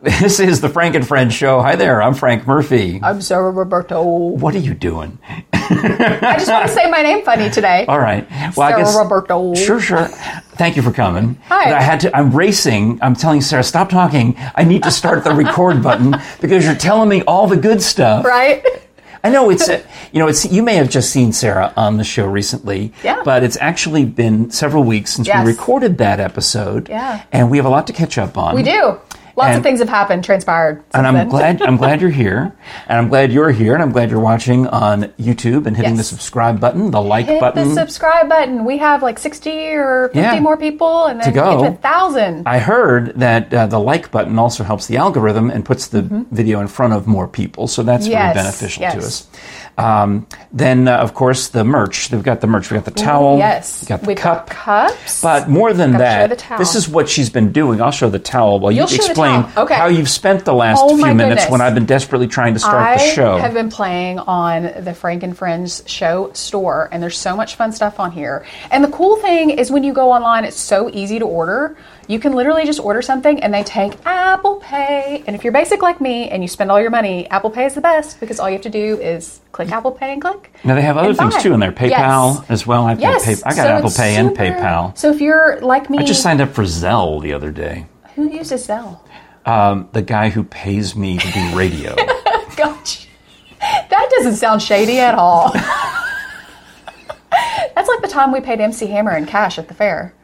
This is the Frank and Friends show. Hi there, I'm Frank Murphy. I'm Sarah Roberto. What are you doing? I just want to say my name funny today. All right. Sarah Roberto. Sure, sure. Thank you for coming. Hi. But I had to. I'm racing. I'm telling Sarah, stop talking. I need to start the record button because you're telling me all the good stuff. Right? I know it's you know it's you may have just seen Sarah on the show recently, Yeah. But it's actually been several weeks since Yes. we recorded that episode, Yeah. And we have a lot to catch up on. We do. Lots And- of things have happened, transpired. Since And I'm then. glad I'm glad you're here, and I'm glad you're here, and I'm glad you're watching on YouTube and hitting Yes. the subscribe button, the like Hit button. the subscribe button. We have like 60 or 50 Yeah. more people, and then To go. we get to 1,000. I heard that uh, the like button also helps the algorithm and puts the video in front of more people, so that's Mm-hmm. Yes, very beneficial to yes. us. Um, then, uh, of course, the merch. We've got the merch. We've got the towel. yes. We've got the We've got cup. cups. But more than Gotta show that, the towel. this is what she's been doing. I'll show the towel while You'll you show the explain towel. Okay. how you've spent the last Oh few my minutes goodness. when I've been desperately trying to start I the show. have been playing on the Frank and Friends show store, and there's so much fun stuff on here. And the cool thing is, when you go online, it's so easy to order. You can literally just order something, and they take Apple Pay. And if you're basic like me and you spend all your money, Apple Pay is the best because all you have to do is click Apple Pay and click. now they have other and things buy. too in there. PayPal Yes. as well. I, pay, Yes. pay, I got So Apple it's Pay and super- PayPal. So if you're like me, I just signed up for Zelle the other day. who uses Zelle? Um, the guy who pays me to do radio. Gotcha. That doesn't sound shady at all. That's like the time we paid MC Hammer in cash at the fair.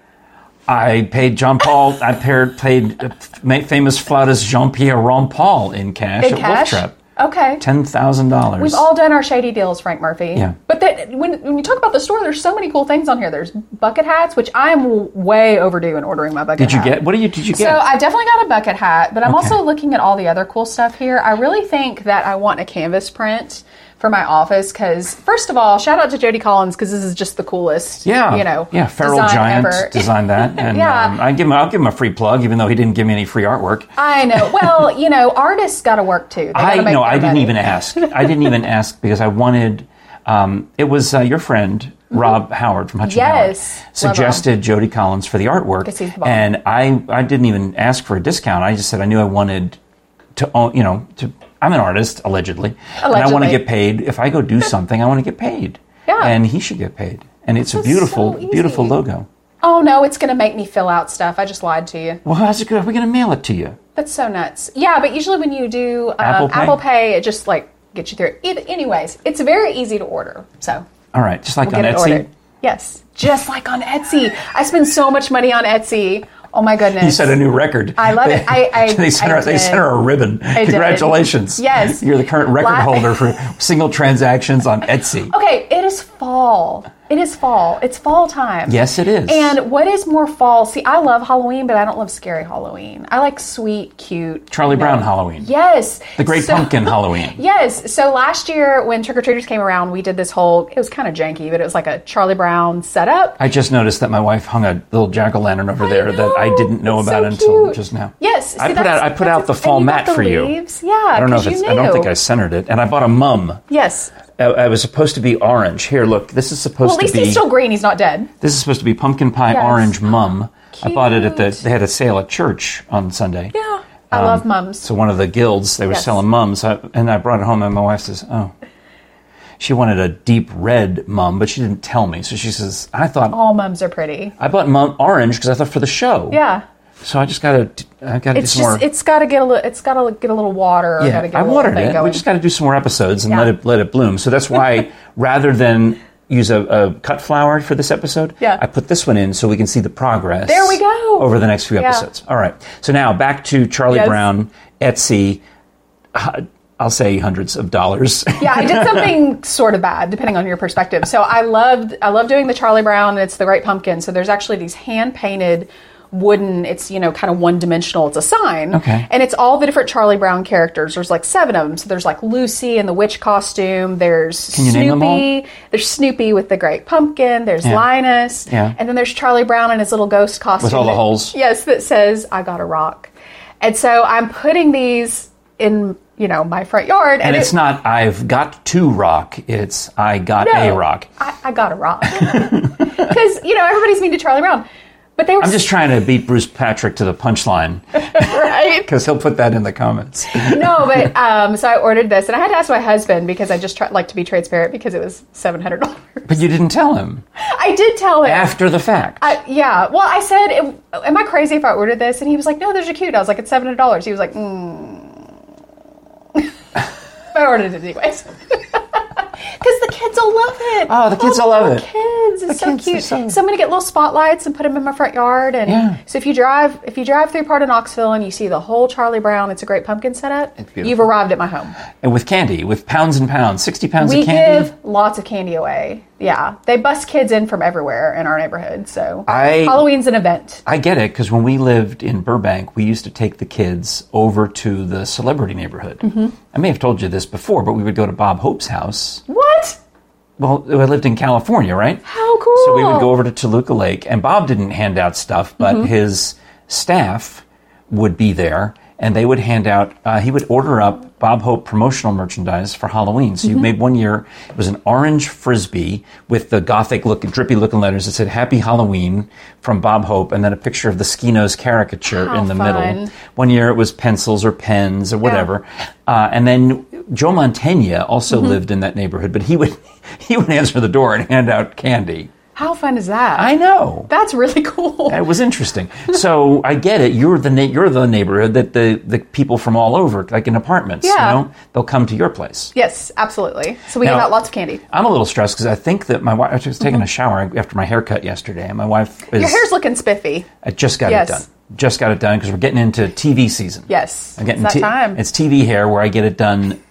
I paid John Paul. I paired, paid uh, ma- famous flautist Jean Pierre Rampal in cash In at cash? Wolf Trap. Okay. Ten thousand dollars. We've all done our shady deals, Frank Murphy. Yeah. But that, when, when you talk about the store, there's so many cool things on here. There's bucket hats, which I am w- way overdue in ordering my bucket Did you hat. get? What did you? Did you get? So I definitely got a bucket hat, but I'm Okay. also looking at all the other cool stuff here. I really think that I want a canvas print for my office because, first of all, shout out to Jody Collins because this is just the coolest. yeah, you know, yeah. Feral design Giant ever. designed that, and Yeah. um, I give him. I'll give him a free plug, even though he didn't give me any free artwork. I know. Well, you know, artists got to work too. They gotta I make no, their I didn't money. even ask. I didn't even ask because I wanted. Um, it was uh, your friend Rob Howard from Hutch and Howard Mm-hmm. Yes. Love suggested Jody Collins for the artwork, Because he's the bomb. and I I didn't even ask for a discount. I just said I knew I wanted to own. You know, to I'm an artist allegedly, and I want to Allegedly. get paid. If I go do something, I want to get paid. Yeah. and he should get paid. And it's a This is beautiful, so beautiful easy. logo. Oh no, it's going to make me fill out stuff. I just lied to you. Well, how's it? Are we going to mail it to you? That's so nuts. Yeah, but usually when you do um, Apple Apple, Pay? Pay? it just like gets you through. it. Either, anyways, it's very easy to order. So All right, just like get on it Etsy. ordered. Yes, just like on Etsy. I spend so much money on Etsy. Oh my goodness. You set a new record. I love it. I- I- they sent her I they sent her a ribbon. did. Congratulations. Yes. You're the current record La- holder for single transactions on Etsy. Okay, it is fall. It is fall. It's fall time. Yes, it is. And what is more fall? See, I love Halloween, but I don't love scary Halloween. I like sweet, cute. Charlie you Brown Halloween. Yes. The Great Pumpkin Halloween. Yes. So last year, when trick or treaters came around, we did this whole. It was kind of janky, but it was like a Charlie Brown setup. I just noticed that my wife hung a little jack o' lantern over there that I know. didn't know It's about so until cute. just now. Yes. see, I put out that's- I put that's out the ex- fall and you got mat the for leaves? you. Yeah. I don't know 'cause if it's you I don't knew. think I centered it, and I bought a mum. Yes. I, I was supposed to be orange. Here, look. This is supposed Well, at least to be he's still green. He's not dead. this is supposed to be pumpkin pie Yes. orange mum. I bought it at the Cute. they had a sale at church on Sunday. Yeah. I Um, love mums. So one of the guilds, they were Yes. selling mums, I, and I brought it home, and my wife says, "Oh, she wanted a deep red mum, but she didn't tell me." So she says, "I thought All mums are pretty. I bought mum orange because I thought for the show. Yeah. So I just gotta, I gotta It's do some more. just. It's got to get a little. It's got to get a little water. Yeah, gotta get I a little watered thing it. We going. just gotta do some more episodes and Yeah. let it let it bloom. So that's why rather than use a, a cut flower for this episode, Yeah. I put this one in so we can see the progress. There we go. Over the next few Yeah. episodes. All right. So now back to Charlie Yes. Brown, Etsy. uh, I'll say hundreds of dollars. yeah, I did something sort of bad, depending on your perspective. So I loved I love doing the Charlie Brown and it's the Great Pumpkin. So there's actually these hand painted wooden it's you know kind of one dimensional it's a sign Okay. and it's all the different charlie brown characters there's like seven of them so there's like lucy in the witch costume there's you snoopy name them all? there's snoopy with the great pumpkin there's linus Yeah. and then there's charlie brown in his little ghost costume all the that- holes. yes that says i got a rock and so i'm putting these in you know my front yard And it- it's not I've got to rock, it's I got no, a rock. I, I got a rock. Because, you know, everybody's mean to Charlie Brown. But they were I'm just trying to beat Bruce Patrick to the punchline right. because he'll put that in the comments. no, but um, so I ordered this, and I had to ask my husband because I just try, like to be transparent because it was seven hundred dollars. But you didn't tell him I did tell him. after the fact. I, Uh, yeah, well, I said, "Am- "Am I crazy if I ordered this?" And he was like, "No, those are cute." I was like, "It's seven hundred dollars." He was like, mm. "But I ordered it anyways." Because the kids will love it. Oh, the kids will love it. Kids, it's so kids are cute. so- So I'm gonna get little spotlights and put them in my front yard. And Yeah. so if you drive, if you drive through part of Knoxville and you see the whole Charlie Brown, it's a great pumpkin setup. It's beautiful. You've arrived at my home. and with candy, with pounds and pounds, 60 pounds We of candy. give lots of candy away. Yeah, they bus kids in from everywhere in our neighborhood. So I- Halloween's an event. I get it because when we lived in Burbank, we used to take the kids over to the celebrity neighborhood. Mm-hmm. I may have told you this before, but we would go to Bob Hope's house. What? Well, I lived in California, right? How cool! Mm-hmm. So we would go over to Toluca Lake, and Bob didn't hand out stuff, but his staff would be there, and they would hand out. Uh, he would order up Bob Hope promotional merchandise for Halloween. So Mm-hmm. you made one year it was an orange frisbee with the gothic looking, drippy looking letters that said "Happy Halloween" from Bob Hope, and then a picture of the Skinos caricature How in the fun. middle. One year it was pencils or pens or whatever, uh, and then Joe Montaigne also Mm-hmm. lived in that neighborhood, but he would he would answer the door and hand out candy. How fun is that? I know. That's really cool. It was interesting. So I get it. You're the na- you're the neighborhood that the, the people from all over, like in apartments, Yeah. you know, they'll come to your place. yes, absolutely. So we give Now- out lots of candy. I'm a little stressed because I think that my wife. I was just taking a shower after my haircut yesterday, and my wife is. Mm-hmm. Your hair's looking spiffy. I just got Yes. it done. Just got it done because we're getting into TV season. Yes, I'm getting it's that t- time. It's TV hair where I get it done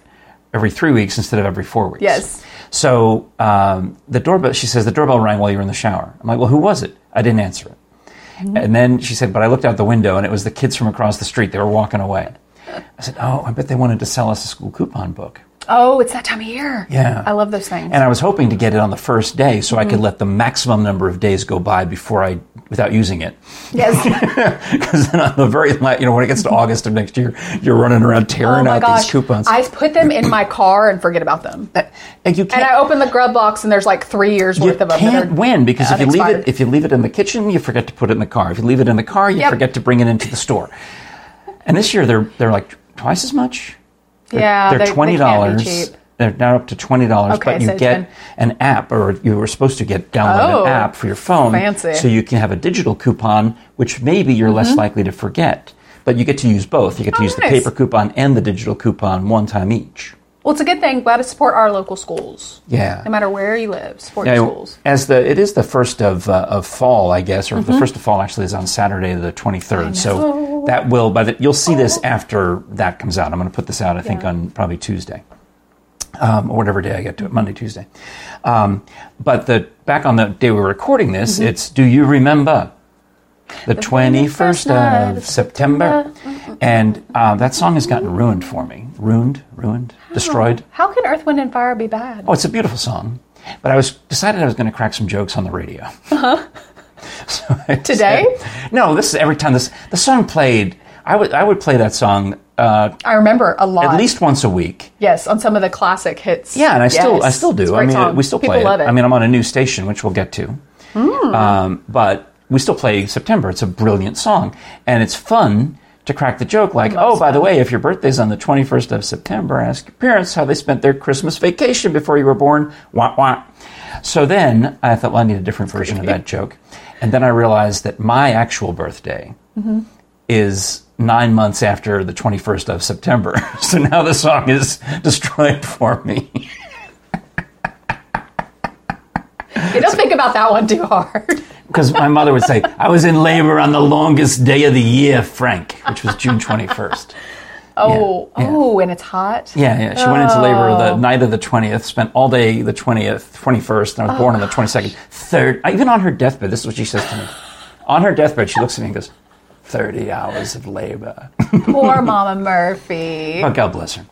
every three weeks instead of every four weeks. Yes. So um, the doorbell, she says, the doorbell rang while you were in the shower. I'm like, well, who was it? I didn't answer it. Mm-hmm. And then she said, but I looked out the window and it was the kids from across the street. They were walking away. I said, oh, I bet they wanted to sell us a school coupon book. oh, it's that time of year. Yeah. I love those things. And I was hoping to get it on the first day so I Mm-hmm. could let the maximum number of days go by before I, without using it. yes. Because then on the very last, you know, when it gets to August of next year, you're running around Mm-hmm. oh tearing my out gosh. these coupons. I put them in my car and forget about them. and you can't, And I open the grub box and there's like three years you worth of them. that can't are- win because if you leave unexpired. it if you leave it in the kitchen, you forget to put it in the car. If you leave it in the car, you Yep. forget to bring it into the store. And this year they're they're like twice as much. They're, Yeah, they're they- they can't be twenty dollars. cheap. They're now up to twenty dollars, Okay, but you so get 10. an app, or you were supposed to get download Oh, an app for your phone, fancy. Mm-hmm. so you can have a digital coupon, which maybe you're less likely to forget. But you get to use both. You get to Oh, use nice. the paper coupon and the digital coupon one time each. Well, it's a good thing. Glad to support our local schools. Yeah. No matter where you live, support Yeah, your schools. Mm-hmm. As the it is the first of uh, of fall, I guess, or the first of fall actually is on Saturday the twenty third. So know. Oh. that will, by the you'll see this after that comes out. I'm going to put this out, I think, Yeah. on probably Tuesday, um, or whatever day I get to it, Monday, Tuesday. Um, but the back on the day we're recording this, Mm-hmm. it's do you remember? The twenty first 21st of of September, and uh, that song has gotten ruined for me. Ruined, ruined, destroyed. How can Earth, Wind, and Fire be bad? Oh, it's a beautiful song. But I was decided I was going to crack some jokes on the radio. So I Today? said- no, this is every time this the song played. I would I would play that song uh, I remember a lot. at least once a week. Yes, on some of the classic hits. Yeah, and I still I Yes. still It's a do. I great mean, song. we still play People love it. Hmm. I mean, I'm on a new station, which we'll get to. Um, but we still play September. It's a brilliant song, and it's fun to crack the joke. Like, oh, by the way, if your birthday's on the 21st of September, ask your parents how they spent their Christmas vacation before you were born. Wah wah. So then I thought, well, I need a different version of that joke, and then I realized that my actual birthday Mm-hmm. is nine months after the 21st of September. So now the song is destroyed for me. Hey, don't think about that one too hard. Because my mother would say, I was in labor on the longest day of the year, Frank, which was June 21st. Oh, yeah. oh, and it's hot. Yeah, yeah. She went into labor the Oh. night of the 20th, spent all day the 20th, 21st, and I was born on Oh, the 22nd. Third, uh, even on her deathbed, this is what she says to me. On her deathbed, she looks at me and goes, 30 hours of labor. Poor Mama Murphy. Oh, God bless her.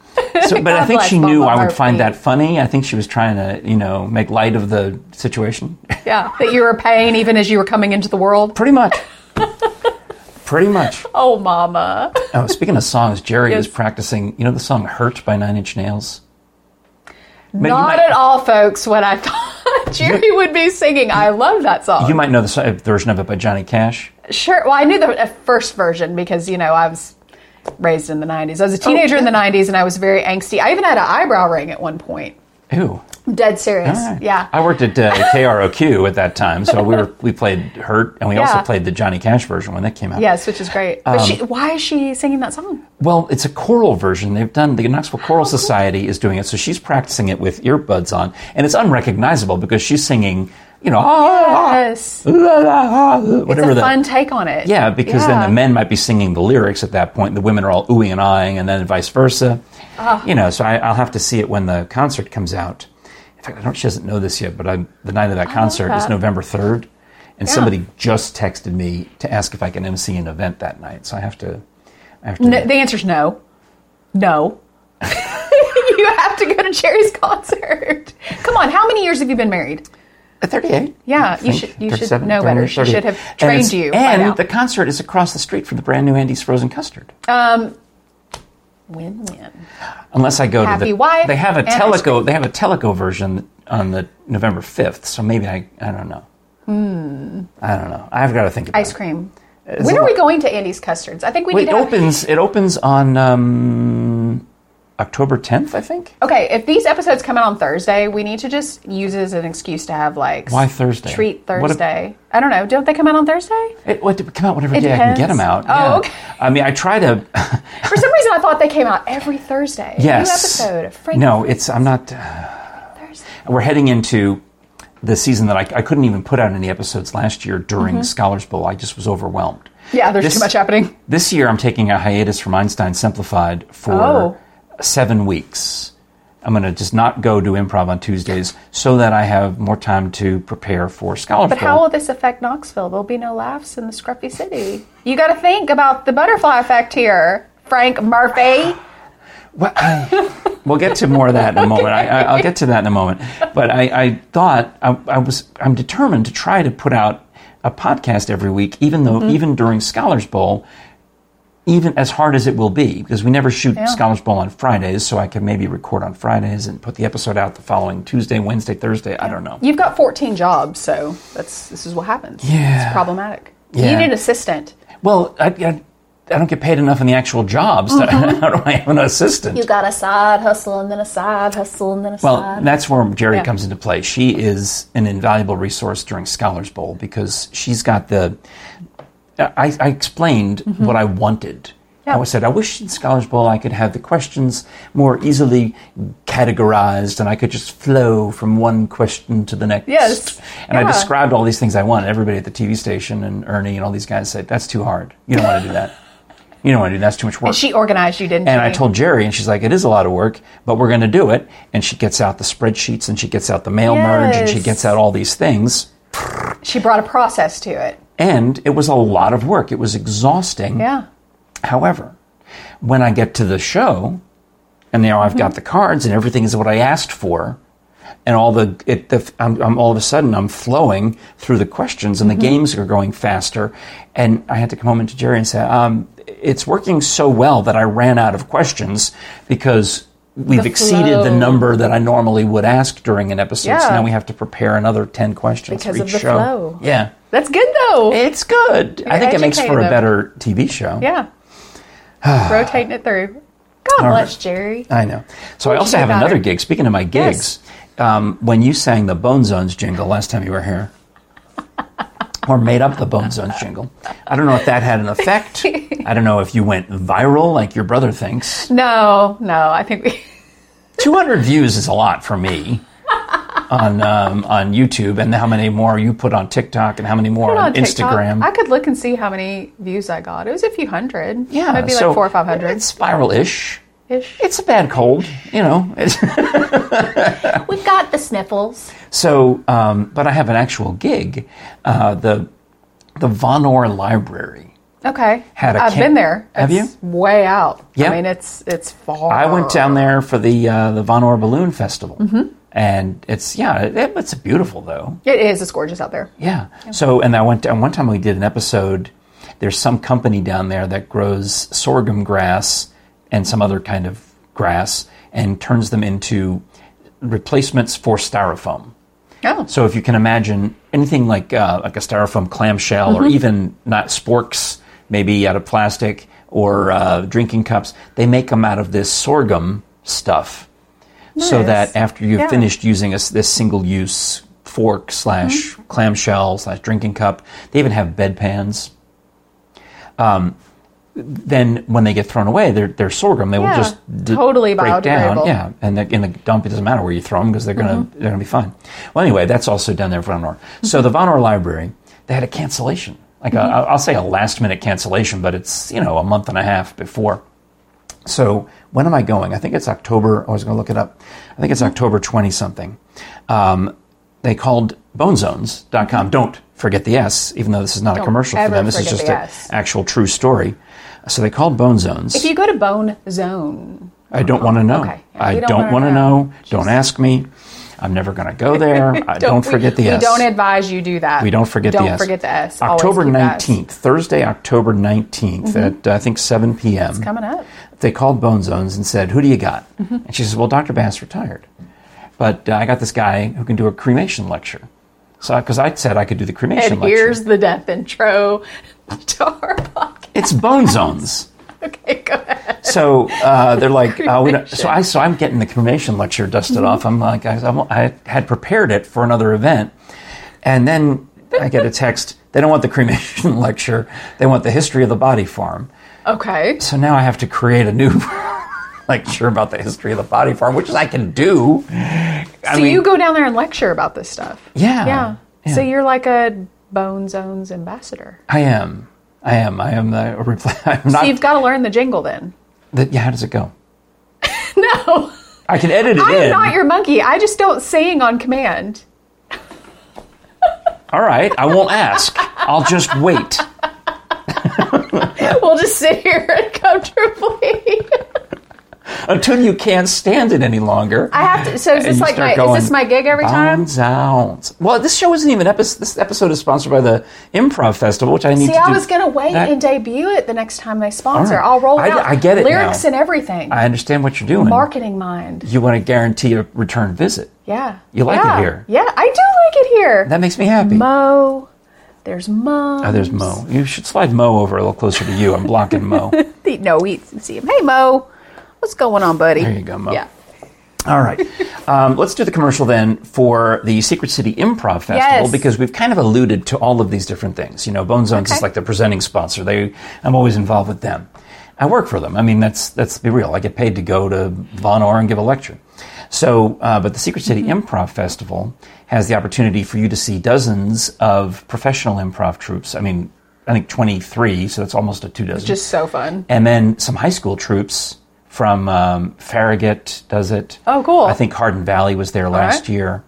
So, but I God think bless she knew Mama I would find Murphy. that funny. I think she was trying to, you know, make light of the situation. Yeah, that you were paying even as you were coming into the world. Pretty much. Pretty much. Oh, Mama. Oh, speaking of songs, Jerry is Yes. practicing. You know the song "Hurt" by Nine Inch Nails. But you Not might- at all, folks, what I thought. Jerry would be singing. I love that song. You might know the si- uh, version of it by Johnny Cash. Sure. Well, I knew the uh, first version because, you know, I was raised in the 90s. I was a Oh, teenager in the 90s and I was very angsty. I even had an eyebrow ring at one point. Ooh. I'm dead serious. All right. Yeah. I worked at uh, KROQ at that time, so we were we played Hurt, and we also Yeah. played the Johnny Cash version when that came out. yes, which is great. But she, Um, why is she singing that song? Well, it's a choral version. They've done the Knoxville Choral Oh, Society is doing it, so she's practicing it with earbuds on, and it's unrecognizable because she's singing, you know, ah, Yes. ah, la, la, ah, whatever it's a the fun take on it. yeah, because Yeah. then the men might be singing the lyrics at that point. The women are all oohing and eyeing, and then vice versa. Ah. You know, so I, I'll have to see it when the concert comes out. In fact, I don't. She doesn't know this yet, but I'm, the night of that concert is that. November third, and Oh, Yeah. somebody just texted me to ask if I can MC an event that night. So I have to. I have to. No, the answer's no. No. you have to go to Jerry's concert. Come on, how many years have you been married? At 38. Yeah, I think. you should- you should 37, know better. She 38. should have And trained it's- you by And now. the concert is across the street from the brand new Andy's Frozen Custard. Win win. Unless I go to Happy the wife they have a and ice teleco they have a teleco version on the November fifth, so maybe I I don't know. Hmm. I don't know. I've got to think about Ice it. cream. when are we going to Andy's Custards? I think we Well, need it to have- opens it opens on um, October tenth, I think. Okay, if these episodes come out on Thursday, we need to just use it as an excuse to have like Why Thursday? treat What if- Thursday. I don't know. Don't they come out on Thursday? It, well, it come out whenever It day I can get depends. them out. Oh, yeah. okay. I mean, I try to. For some reason, I thought they came out every Thursday. yes. New episode of Frank. no, it's I'm not. Thursday. We're heading into the season that I, I couldn't even put out any episodes last year during Scholars Bowl. I just was overwhelmed. Mm-hmm. Yeah, there's This- too much happening. This year, I'm taking a hiatus from Einstein Simplified for Oh. seven weeks. I'm going to just not go do improv on Tuesdays so that I have more time to prepare for Scholars But Bowl. how will this affect Knoxville? There'll be no laughs in the scruffy city. You got to think about the butterfly effect here, Frank Murphy. Well, I, we'll get to more of that in a moment. I, I, I'll get to that in a moment. But I, I thought I, I was I'm determined to try to put out a podcast every week, even though Mm-hmm. even during Scholars Bowl, even as hard as it will be, because we never shoot Scholars Bowl on Fridays, so I can maybe record on Fridays and put the episode out the following Tuesday, Wednesday, Thursday. I don't know. You've got 14 jobs, so that's this is what happens. Yeah. it's problematic. You Yeah. need an assistant. Well, I, I, I don't get paid enough in the actual jobs. so How do I have an assistant? You got a side hustle and then a side hustle and then a Well, side. that's where Jerry Yeah. comes into play. She is an invaluable resource during Scholars Bowl because she's got the. I, I explained Mm-hmm. what I wanted. I said, I wish in Scholars Bowl I could have the questions more easily categorized and I could just flow from one question to the next. Yes. And I Yeah. described all these things I wanted. Everybody at the TV station and Ernie and all these guys said, That's too hard. You don't want to do that. You don't want to do that. That's too much work. She organized you, didn't And she? I told Jerry, and she's like, "It is a lot of work, but we're going to do it." And she gets out the spreadsheets, and she gets out the mail merge, and she Yes. gets out all these things. she brought a process to it. And it was a lot of work. It was exhausting. Yeah. However, when I get to the show, and now I've Mm-hmm. got the cards, and everything is what I asked for, and all the, it, the I'm, I'm all of a sudden I'm flowing through the questions, Mm-hmm. and the games are going faster, and I had to come home into Jerry and say, um, "It's working so well that I ran out of questions because." We've exceeded the flow. number that I normally would ask during an episode, so Yeah. now we have to prepare another ten questions Because for of each the show. flow. Yeah, That's good though. it's good. I You're think it makes for a educated. better TV show. yeah. Rotating it through. God bless Jerry. I know. So I also you have about another her? gig. Speaking of my gigs, Yes. um, when you sang the Bone Zones jingle last time you were here, or made up the Bone Zones jingle, I don't know if that had an effect. I don't know if you went viral like your brother thinks. No, no, I think we. 200 views is a lot for me. on um, on YouTube, and how many more you put on TikTok, and how many more put it on, on TikTok. Instagram? I could look and see how many views I got. It was a few hundred. yeah, maybe so like four or five hundred It's spiral-ish. ish. It's a bad cold, you know. It's We've got the sniffles. So, um, but I have an actual gig. Uh, the the Von Orr Library. Okay, Had a I've can- been there. Have It's Way out. Yeah. I mean, it's it's far. I went down there for the uh, the Von Orr Balloon Festival, and it's yeah, it, it's beautiful though. It is. It's gorgeous out there. Yeah. So, and I went and one time we did an episode. There's some company down there that grows sorghum grass and some other kind of grass and turns them into replacements for styrofoam. Oh. So if you can imagine anything like uh, like a styrofoam clamshell, or Mm-hmm. even not sporks, maybe out of plastic or uh, drinking cups, they make them out of this sorghum stuff, so Nice. that after you've Yeah. finished using a s this single use fork slash Mm-hmm. clamshell slash drinking cup, they even have bedpans. Um, then when they get thrown away, they're, they're sorghum. They will Yeah. just d- Totally break down. biodegradable. Mm-hmm. Yeah, yeah, and the, in the dump, it doesn't matter where you throw them because they're gonna they're gonna be fine. Well, anyway, that's also down there in Von Orr. So the Von Orr Library, they had a cancellation, like Mm-hmm. a, I'll say a last minute cancellation, but it's you know a month and a half before. So when am I going? I think it's October. I was gonna look it up. I think it's Mm-hmm. October twenty something. Um, they called BoneZones.com. Don't forget the S, even though this is not a Don't commercial for ever them. This is forget just the an S. actual true story. So they called Bone Zones. If you go to Bone Zone, I don't want to know. Okay. I We don't don't wanna want to know. know. Don't ask me. I'm never going to go there. I don't, forget we, the we S. don't advise you do that. We don't forget the S. Don't forget the S. Always October keep the S. Mm-hmm. 19th, Thursday, October 19th at uh, I think 7 p.m. Coming Mm-hmm. up. They called Bone Zones and said, "Who do you got?" And she says, "Well, Dr. Bass retired, but uh, I got this guy who can do a cremation lecture." So, because I said I could do the cremation And lecture. here's the death intro to our podcast. it's Bone Zones. Okay, go ahead. So uh, they're like, uh, we don't, so I so I'm getting the cremation lecture dusted off. I'm like, I, I'm- I had prepared it for another event, and then I get a text. They don't want the cremation lecture. They want the history of the body farm. Okay. So now I have to create a new lecture about the history of the body farm, which I can do. I so you go down there and lecture about this stuff. Yeah. Yeah. Yeah. So you're like a Bone Zones ambassador. I am. I am. I am the reply. I'm not. So you've got to learn the jingle then. the, yeah. How does it go? No, I can edit it I am in. not your monkey. I just don't sing on command. All right. I won't ask. I'll just wait. We'll just sit here uncomfortably. until you can't stand it any longer. I have to. So is this you like start my, going, is this my gig every time? Bones out. Well, this show isn't even episode. This episode is sponsored by the Improv Festival, which I need to See, do. I was gonna wait that- and debut it the next time they All sponsor. right. I'll roll I- out I get it lyrics now. and everything. I understand what you're doing. Marketing mind. You want to guarantee a return visit. Yeah. You like it Yeah. here. Yeah, I do like it here. That makes me happy. Mo. There's Mo. Oh, there's Mo. You should slide Mo over a little closer to you. I'm blocking Mo. The- No, we see him. Hey, Mo. What's going on, buddy? There you go, Mo. Yeah. All right. Um, let's do the commercial then for the Secret City Improv Festival Yes. because we've kind of alluded to all of these different things. You know, Bone Zones is Okay. like the presenting sponsor. They, I'm always involved with them. I work for them. I mean, that's let's be real. I get paid to go to Von Orr and give a lecture. So, uh, but the Secret City Mm-hmm. Improv Festival has the opportunity for you to see dozens of professional improv troops. I mean, I think 23, so that's almost a two dozen Just so fun. and then some high school troops from um, Farragut does it. Oh, cool. I think Hardin Valley was there last right. year,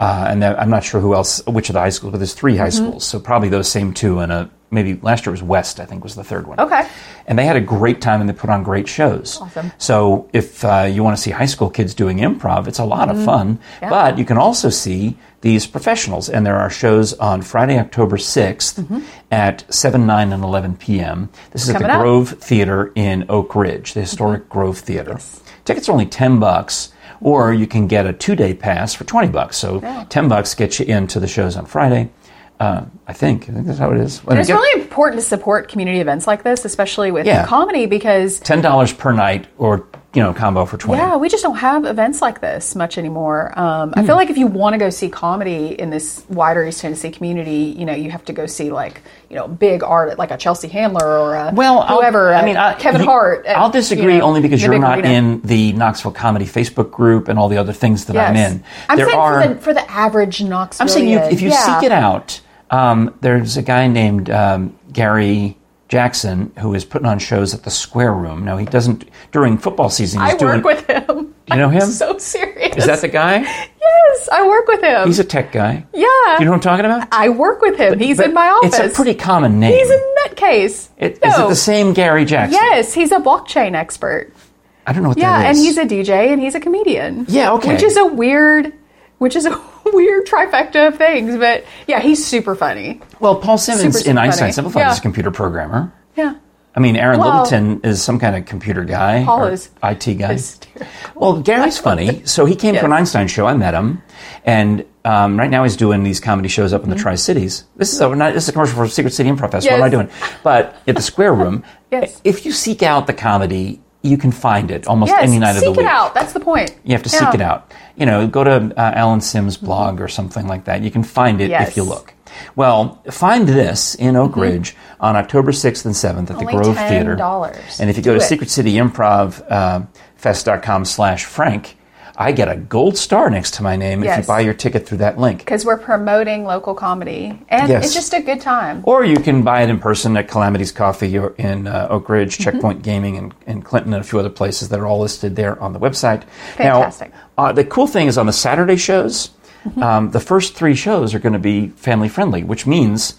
uh, and then, I'm not sure who else, which of the high schools, but there's three high Mm-hmm. schools, so probably those same two. And a maybe last year was West, I think was the third one. Okay. and they had a great time and they put on great shows. Awesome. So if uh, you want to see high school kids doing improv, it's a lot Mm-hmm. of fun. But you can also see these professionals, and there are shows on Friday, October 6th at 7, 9, and 11 p.m. This is at the Mm-hmm. Coming up. Grove Theater in Oak Ridge, the historic Mm-hmm. Grove Theater. Tickets are only 10 bucks. Or you can get a two-day pass for twenty bucks. So ten bucks gets you into the shows on Friday. Uh, I think. I think that's how it is. When I It's get- really important to support community events like this, especially with Yeah. comedy, because ten dollars per night, or you know, combo for twenty. Yeah, we just don't have events like this much anymore. Um, Hmm. I feel like if you want to go see comedy in this wider East Tennessee community, you know, you have to go see like you know big art like a Chelsea Handler or a Well, I'll- whoever. I uh, mean, I, Kevin you- Hart. at, I'll you disagree know, only because the you're big not arena. in the Knoxville Comedy Facebook group and all the other things that I'm Yes. in. I'm there saying are. for, the, for the average Knoxville. I'm saying you, if you seek it out, um, there's a guy named um, Gary Jackson who is putting on shows at the Square Room. Now he doesn't during football season. He's I doing, work with him. You know him? So serious. Is that the guy? yes? I work with him. He's a tech guy. yeah. You know what I'm talking about? I work with him. He's in my office. It's a pretty common name. He's a nutcase. It- no. Is it the same Gary Jackson? Yes, he's a blockchain expert. I don't know what Yeah, that and is. he's a DJ and he's a comedian. Yeah, okay. Which is a weird, which is a weird trifecta of things, but yeah, he's super funny. Well, Paul Simmons Super in funny. Einstein Simplified Yeah. is a computer programmer. Yeah. I mean, Aaron Well- Littleton is some kind of computer guy, Paul or is- IT guy. hysterical. Well, Gary's funny. So he came to an Yes. Einstein show. I met him, and um, right now he's doing these comedy shows up in the Mm-hmm. Tri Cities. This is a not, this is a commercial for Secret City Improv Fest. What am I Yes. doing? But at the Square Room, Yes. if you seek out the comedy, you can find it almost Yes, any night seek of the week. it out. That's the point. You have to Yeah. Mm-hmm. seek it out. You know, go to uh, Alan Sims' blog or something like that. You can find it if Yes. Mm-hmm. you look. Well, find this in Oak Ridge on October 6th and 7th at Only the Grove Theater. $10. And if you go Do to it. uh, secretcityimprov.fest.com slash frank, I get a gold star next to my name if Yes. you buy your ticket through that link. Because we're promoting local comedy, and Yes. it's just a good time. Or you can buy it in person at Calamity's Coffee or in uh, Oak Ridge, Mm-hmm. Checkpoint Gaming, and, and Clinton, and a few other places that are all listed there on the website. Fantastic. Mm-hmm. Now, uh, the cool thing is on the Saturday shows, um, the first three shows are going to be family friendly, which means,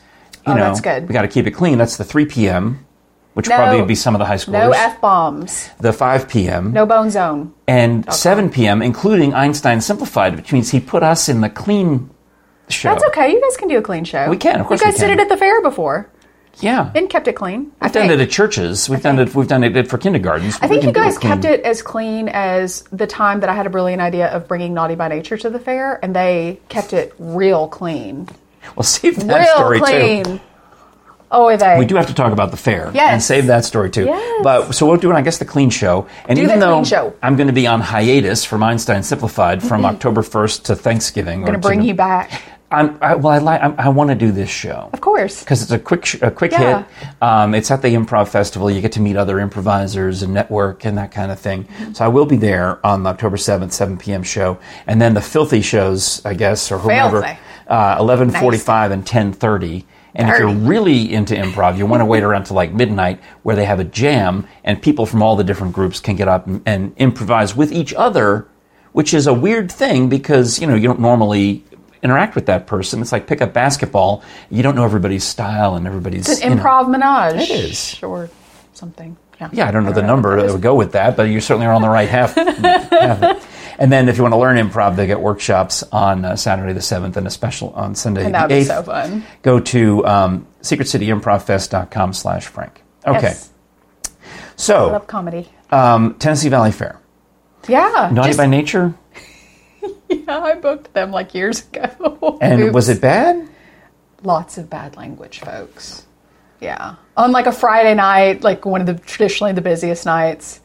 you Oh, know, that's good. we got to keep it clean. That's the 3 p.m., which No- probably would be some of the high schoolers, No f bombs, the 5 p.m., no bone zone. and 7 p.m., including Einstein Simplified, which means he put us in the clean show. That's okay. You guys can do a clean show. We can, of course You we guys did can. it at the fair before Yeah. and kept it clean. I We've done think. it at churches. We've done it. We've done it for kindergartens. I think you guys kept it as clean as the time that I had a brilliant idea of bringing Naughty by Nature to the fair, and they kept it real clean. We'll save that Real story clean. too. Oh, are they? We do have to talk about the fair and Yes. save that story too. Yes. But so we'll do it. I guess the clean show. And Do even the though clean show. I'm going to be on hiatus from Einstein Simplified from October 1st to Thanksgiving, I'm going to bring you back. I'm, I, well, I like. I'm- I want to do this show. Of course. because it's a quick sh- a quick Yeah. hit. Um, it's at the Improv Festival. You get to meet other improvisers and network and that kind of thing. So I will be there on the October seventh, seven p.m. show, and then the Filthy shows, I guess, or whoever, Filthy. uh, eleven forty-five and ten thirty. And if Dirty. you're really into improv, you want to wait around to like midnight where they have a jam and people from all the different groups can get up and, and improvise with each other, which is a weird thing because, you know, you don't normally interact with that person. It's like pick up basketball. You don't know everybody's style and everybody's It's an you know- improv menage. It is. Or something. Yeah. yeah, I don't know the number that would go with that, but you certainly are on the right half. half. And then if you want to learn improv, they get workshops on uh, Saturday the 7th and a special on Sunday And the that 8th. would be so fun. Go to um, secretcityimprovfest.com slash Frank. Okay, Yes. so Love comedy. um, Tennessee Valley Fair. Yeah. Naughty just- by Nature? yeah, I booked them like years ago. And Oops. was it bad? lots of bad language, folks. Yeah. On like a Friday night, like one of the traditionally the busiest nights,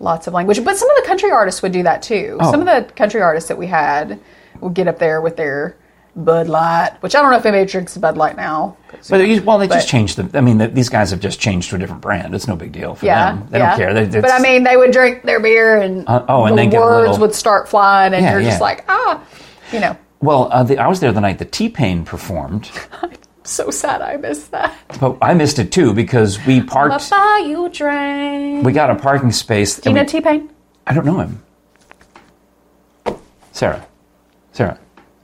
lots of language. But some of the country artists would do that too. Oh. Some of the country artists that we had would get up there with their Bud Light, which I don't know if anybody drinks Bud Light now. 'cause- But they, well, they just But- changed them. I mean, th these guys have just changed to a different brand. It's no big deal for yeah, them. They yeah. don't care. They, but I it's- mean, they would drink their beer, and Uh, oh, and the then get a words little- would start flying, and Yeah, you're yeah. just like, ah, you know, well, uh, the, I was there the night that T Pain performed, so sad I missed that. but I missed it too because we parked. Papa, you drank. We got a parking space. do and you know we- T Pain? I don't know him. Sarah, Sarah,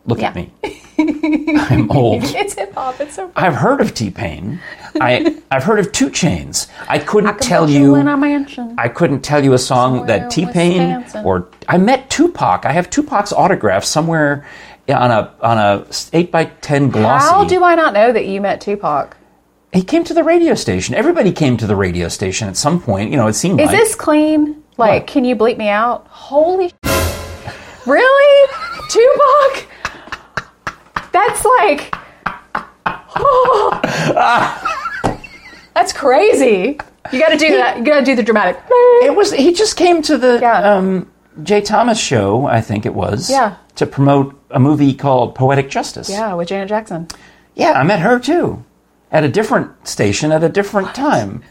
look at Yeah. me. I'm old. It's hip hop. It's so. I've heard of T Pain. I I've heard of Two Chains. I couldn't can tell put you. in a mansion. I couldn't tell you a song Somewhere that in T Pain Wisconsin. or I met Tupac. I have Tupac's autograph somewhere on a on a eight by ten glossy. How do I not know that you met Tupac? he came to the radio station. Everybody came to the radio station at some point. You know, it seemed Is like this clean? Like, What? can you bleep me out? Holy. sh- really, Tupac? That's like. That's crazy. You got to do that. You got to do the dramatic. it was he just came to the Yeah. um, Jay Thomas show, I think it was. Yeah. To promote a movie called Poetic Justice. Yeah, with Janet Jackson. Yeah, I met her too. At a different station at a different time.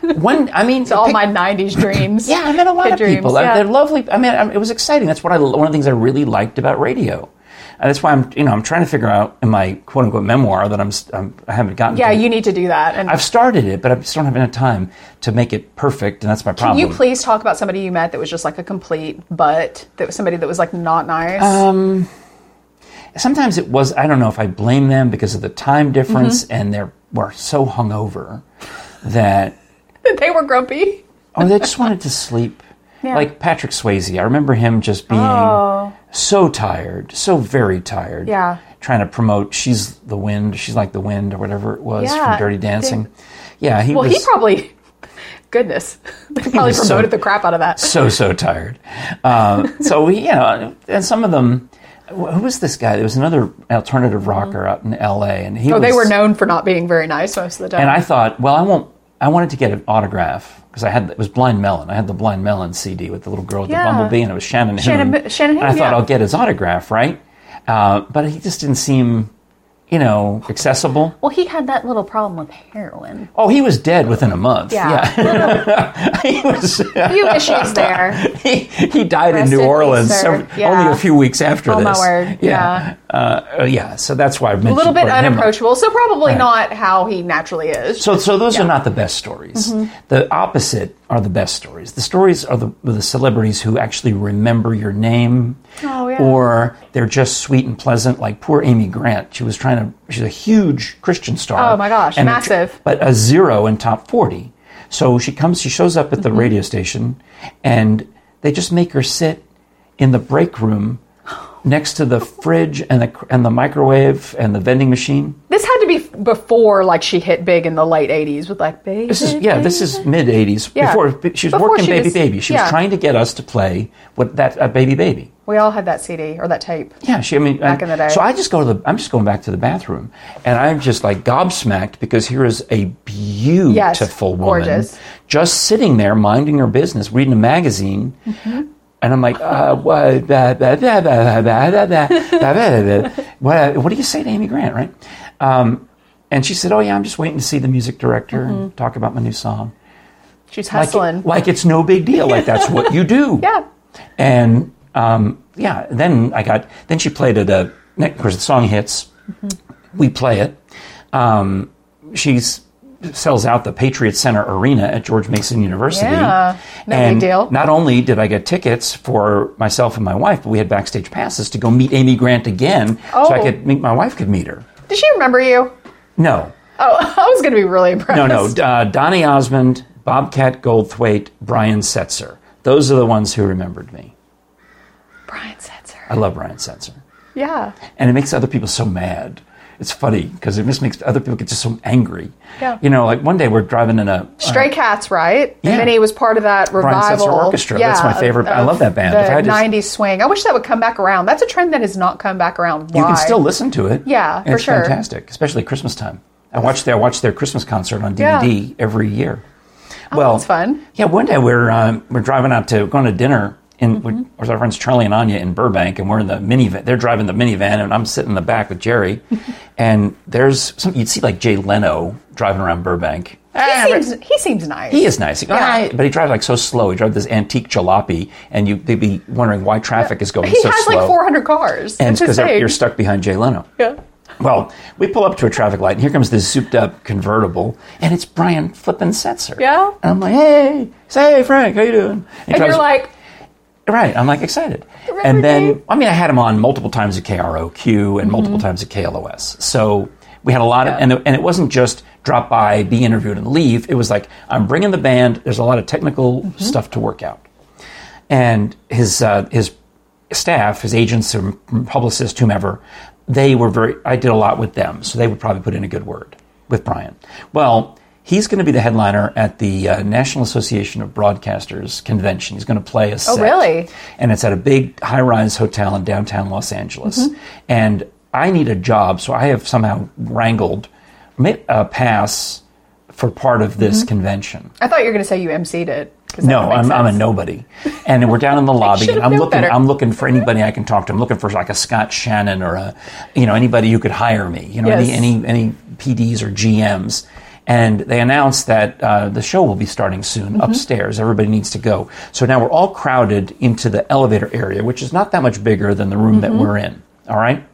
When I mean, All pic- my '90s dreams. Yeah, I met a lot Good of dreams, people. yeah. They're lovely. I mean, I- it was exciting. That's what I, one of the things I really liked about radio. And that's why I'm, you know, I'm trying to figure out in my quote unquote memoir that I'm, s- I'm I haven't gotten. Yeah, to. you need to do that. And I've started it, but I just don't have enough time to make it perfect, and that's my Can problem. you please talk about somebody you met that was just like a complete butt? That was somebody that was like not nice. Uh, Um, Sometimes it was. I don't know if I blame them because of the time difference, Mm-hmm. and they were so hungover that they were grumpy. or Oh, they just wanted to sleep. Yeah. Like Patrick Swayze, I remember him just being Oh. so tired, so very tired. Yeah. Trying to promote "She's the Wind," she's like the wind or whatever it was Yeah. from Dirty Dancing. Yeah, he Well, was. he probably goodness, they probably promoted was so- the crap out of that. so so tired. Um, so we, you know, and some of them. wh- Who was this guy? There was another alternative rocker out in L.A. and he. Mm-hmm. Oh, they was- were known for not being very nice most of the time. And I thought, well, I won't. I wanted to get an autograph because I had it was Blind Melon. I had the Blind Melon CD with the little girl with Yeah. the bumblebee, and it was Shannon. Shannon- Hoon. Shannon And I Hoon, thought yeah. I'll get his autograph, right? Uh, but he just didn't seem, you know, accessible. well, he had that little problem with heroin. Oh, he was dead within a month. Yeah. he was. A few issues there. he, he died Rest in New in peace, Orleans sir. several- Yeah. only a few weeks after Oh, this. my word. Yeah, Uh, yeah. So that's why I mentioned A little bit putting him up. unapproachable, so probably not how he naturally is. So, so those are not the best stories. Mm-hmm. The opposite are the best stories. The stories are the, the celebrities who actually remember your name, Oh, yeah. or they're just sweet and pleasant. Like poor Amy Grant, she was trying to. She's a huge Christian star. Oh, my gosh, and a- massive. but a zero in top forty. So she comes. She shows up Mm-hmm. at the radio station, and they just make her sit in the break room next to the fridge and the and the microwave and the vending machine. This had to be f- before like she hit big in the late '80s with like baby. This is yeah. This is mid '80s. Yeah. Before b- she was Before working she Baby was- Baby. She yeah. was trying to get us to play what that uh, Baby Baby. We all had that CD or that tape. Yeah, she. I mean, Back and- in the day. So I just go to the. I'm just going back to the bathroom, and I'm just like gobsmacked because here is a beautiful woman gorgeous. just sitting there minding her business, reading a magazine. Mm-hmm. And I'm like, uh, what, blah, blah, blah, blah, blah, blah, blah, blah, blah, blah, blah. what, what do you say to Amy Grant, right? Um, and she said, oh, yeah, I'm just waiting to see the music director Mm-hmm. and talk about my new song. Like She's it- hustling. Like, it's no big deal. Like that's what you do. Yeah. And um, yeah, then I got. Then she played it. A, of course, the song hits. We play it. Um, she's sells out the Patriot Center Arena at George Mason University. Yeah. No big and deal. Not only did I get tickets for myself and my wife, but we had backstage passes to go meet Amy Grant again, so I Oh. could meet my wife could meet her. Did she remember you? No, Oh, I was going to be really impressed. no, no. Uh, Donny Osmond, Bobcat Goldthwait, Brian Setzer. Those are the ones who remembered me. Brian Setzer. I love Brian Setzer. Yeah. And it makes other people so mad. It's funny because it just makes other people get just so angry. Yeah. You know, like one day we're driving in a. Stray Cats, right? Yeah. And then he was part of that Brian Setzer revival. Orchestra. That's my favorite- I love that band. The If I just- '90s swing. I wish that would come back around. That's a trend that has not come back around. Why? you can still listen to it. Yeah, And for it's sure. fantastic, especially at Christmas time. I watch their, I watch their Christmas concert on DVD every year. well, Oh, that's fun. Yeah, one day we're um, we're driving out to going to dinner in with Mm-hmm. with our friends Charlie and Anya in Burbank, and we're in the minivan. They're driving the minivan, and I'm sitting in the back with Jerry. and there's some you'd see like Jay Leno driving around Burbank. He seems, he seems nice. He is nice. He goes, Yeah. "All right," but he drives like so slow. He drives this antique jalopy, and you, they'd be wondering why traffic is going He so has slow. like 400 cars. and That's it's because his thing. you're stuck behind Jay Leno. Yeah. Well, we pull up to a traffic light, and here comes this souped up convertible, and it's Brian flippin' Setzer. Yeah. And I'm like, hey, say, hey, Frank, how you doing? he And drives- you're like, right. I'm like excited. Remember And then, me? I mean, I had him on multiple times at KROQ Mm-hmm. and multiple times at KLOS. So we had a lot of, and, and it wasn't just drop by, be interviewed, and leave. It was like, I'm bringing the band. There's a lot of technical Mm-hmm. stuff to work out. And his, uh, his staff, his agents or publicists, whomever, they were very, I did a lot with them. So they would probably put in a good word with Brian. Well, he's going to be the headliner at the uh, National Association of Broadcasters convention. He's going to play a set. really? And it's at a big high rise hotel in downtown Los Angeles. And I need a job, so I have somehow wrangled mi- a pass for part of this convention. I thought you were going to say you MC'd it. 'cause that No, would make I'm, I'm a sense. nobody. And we're down in the lobby, should've and I'm known looking. better. I'm looking for anybody I can talk to. I'm looking for like a Scott Shannon or a, you know, anybody who could hire me. You know, Yes. any any any PDs or GMs. And they announced that uh, the show will be starting soon upstairs. Everybody needs to go. So now we're all crowded into the elevator area, which is not that much bigger than the room that we're in. All right.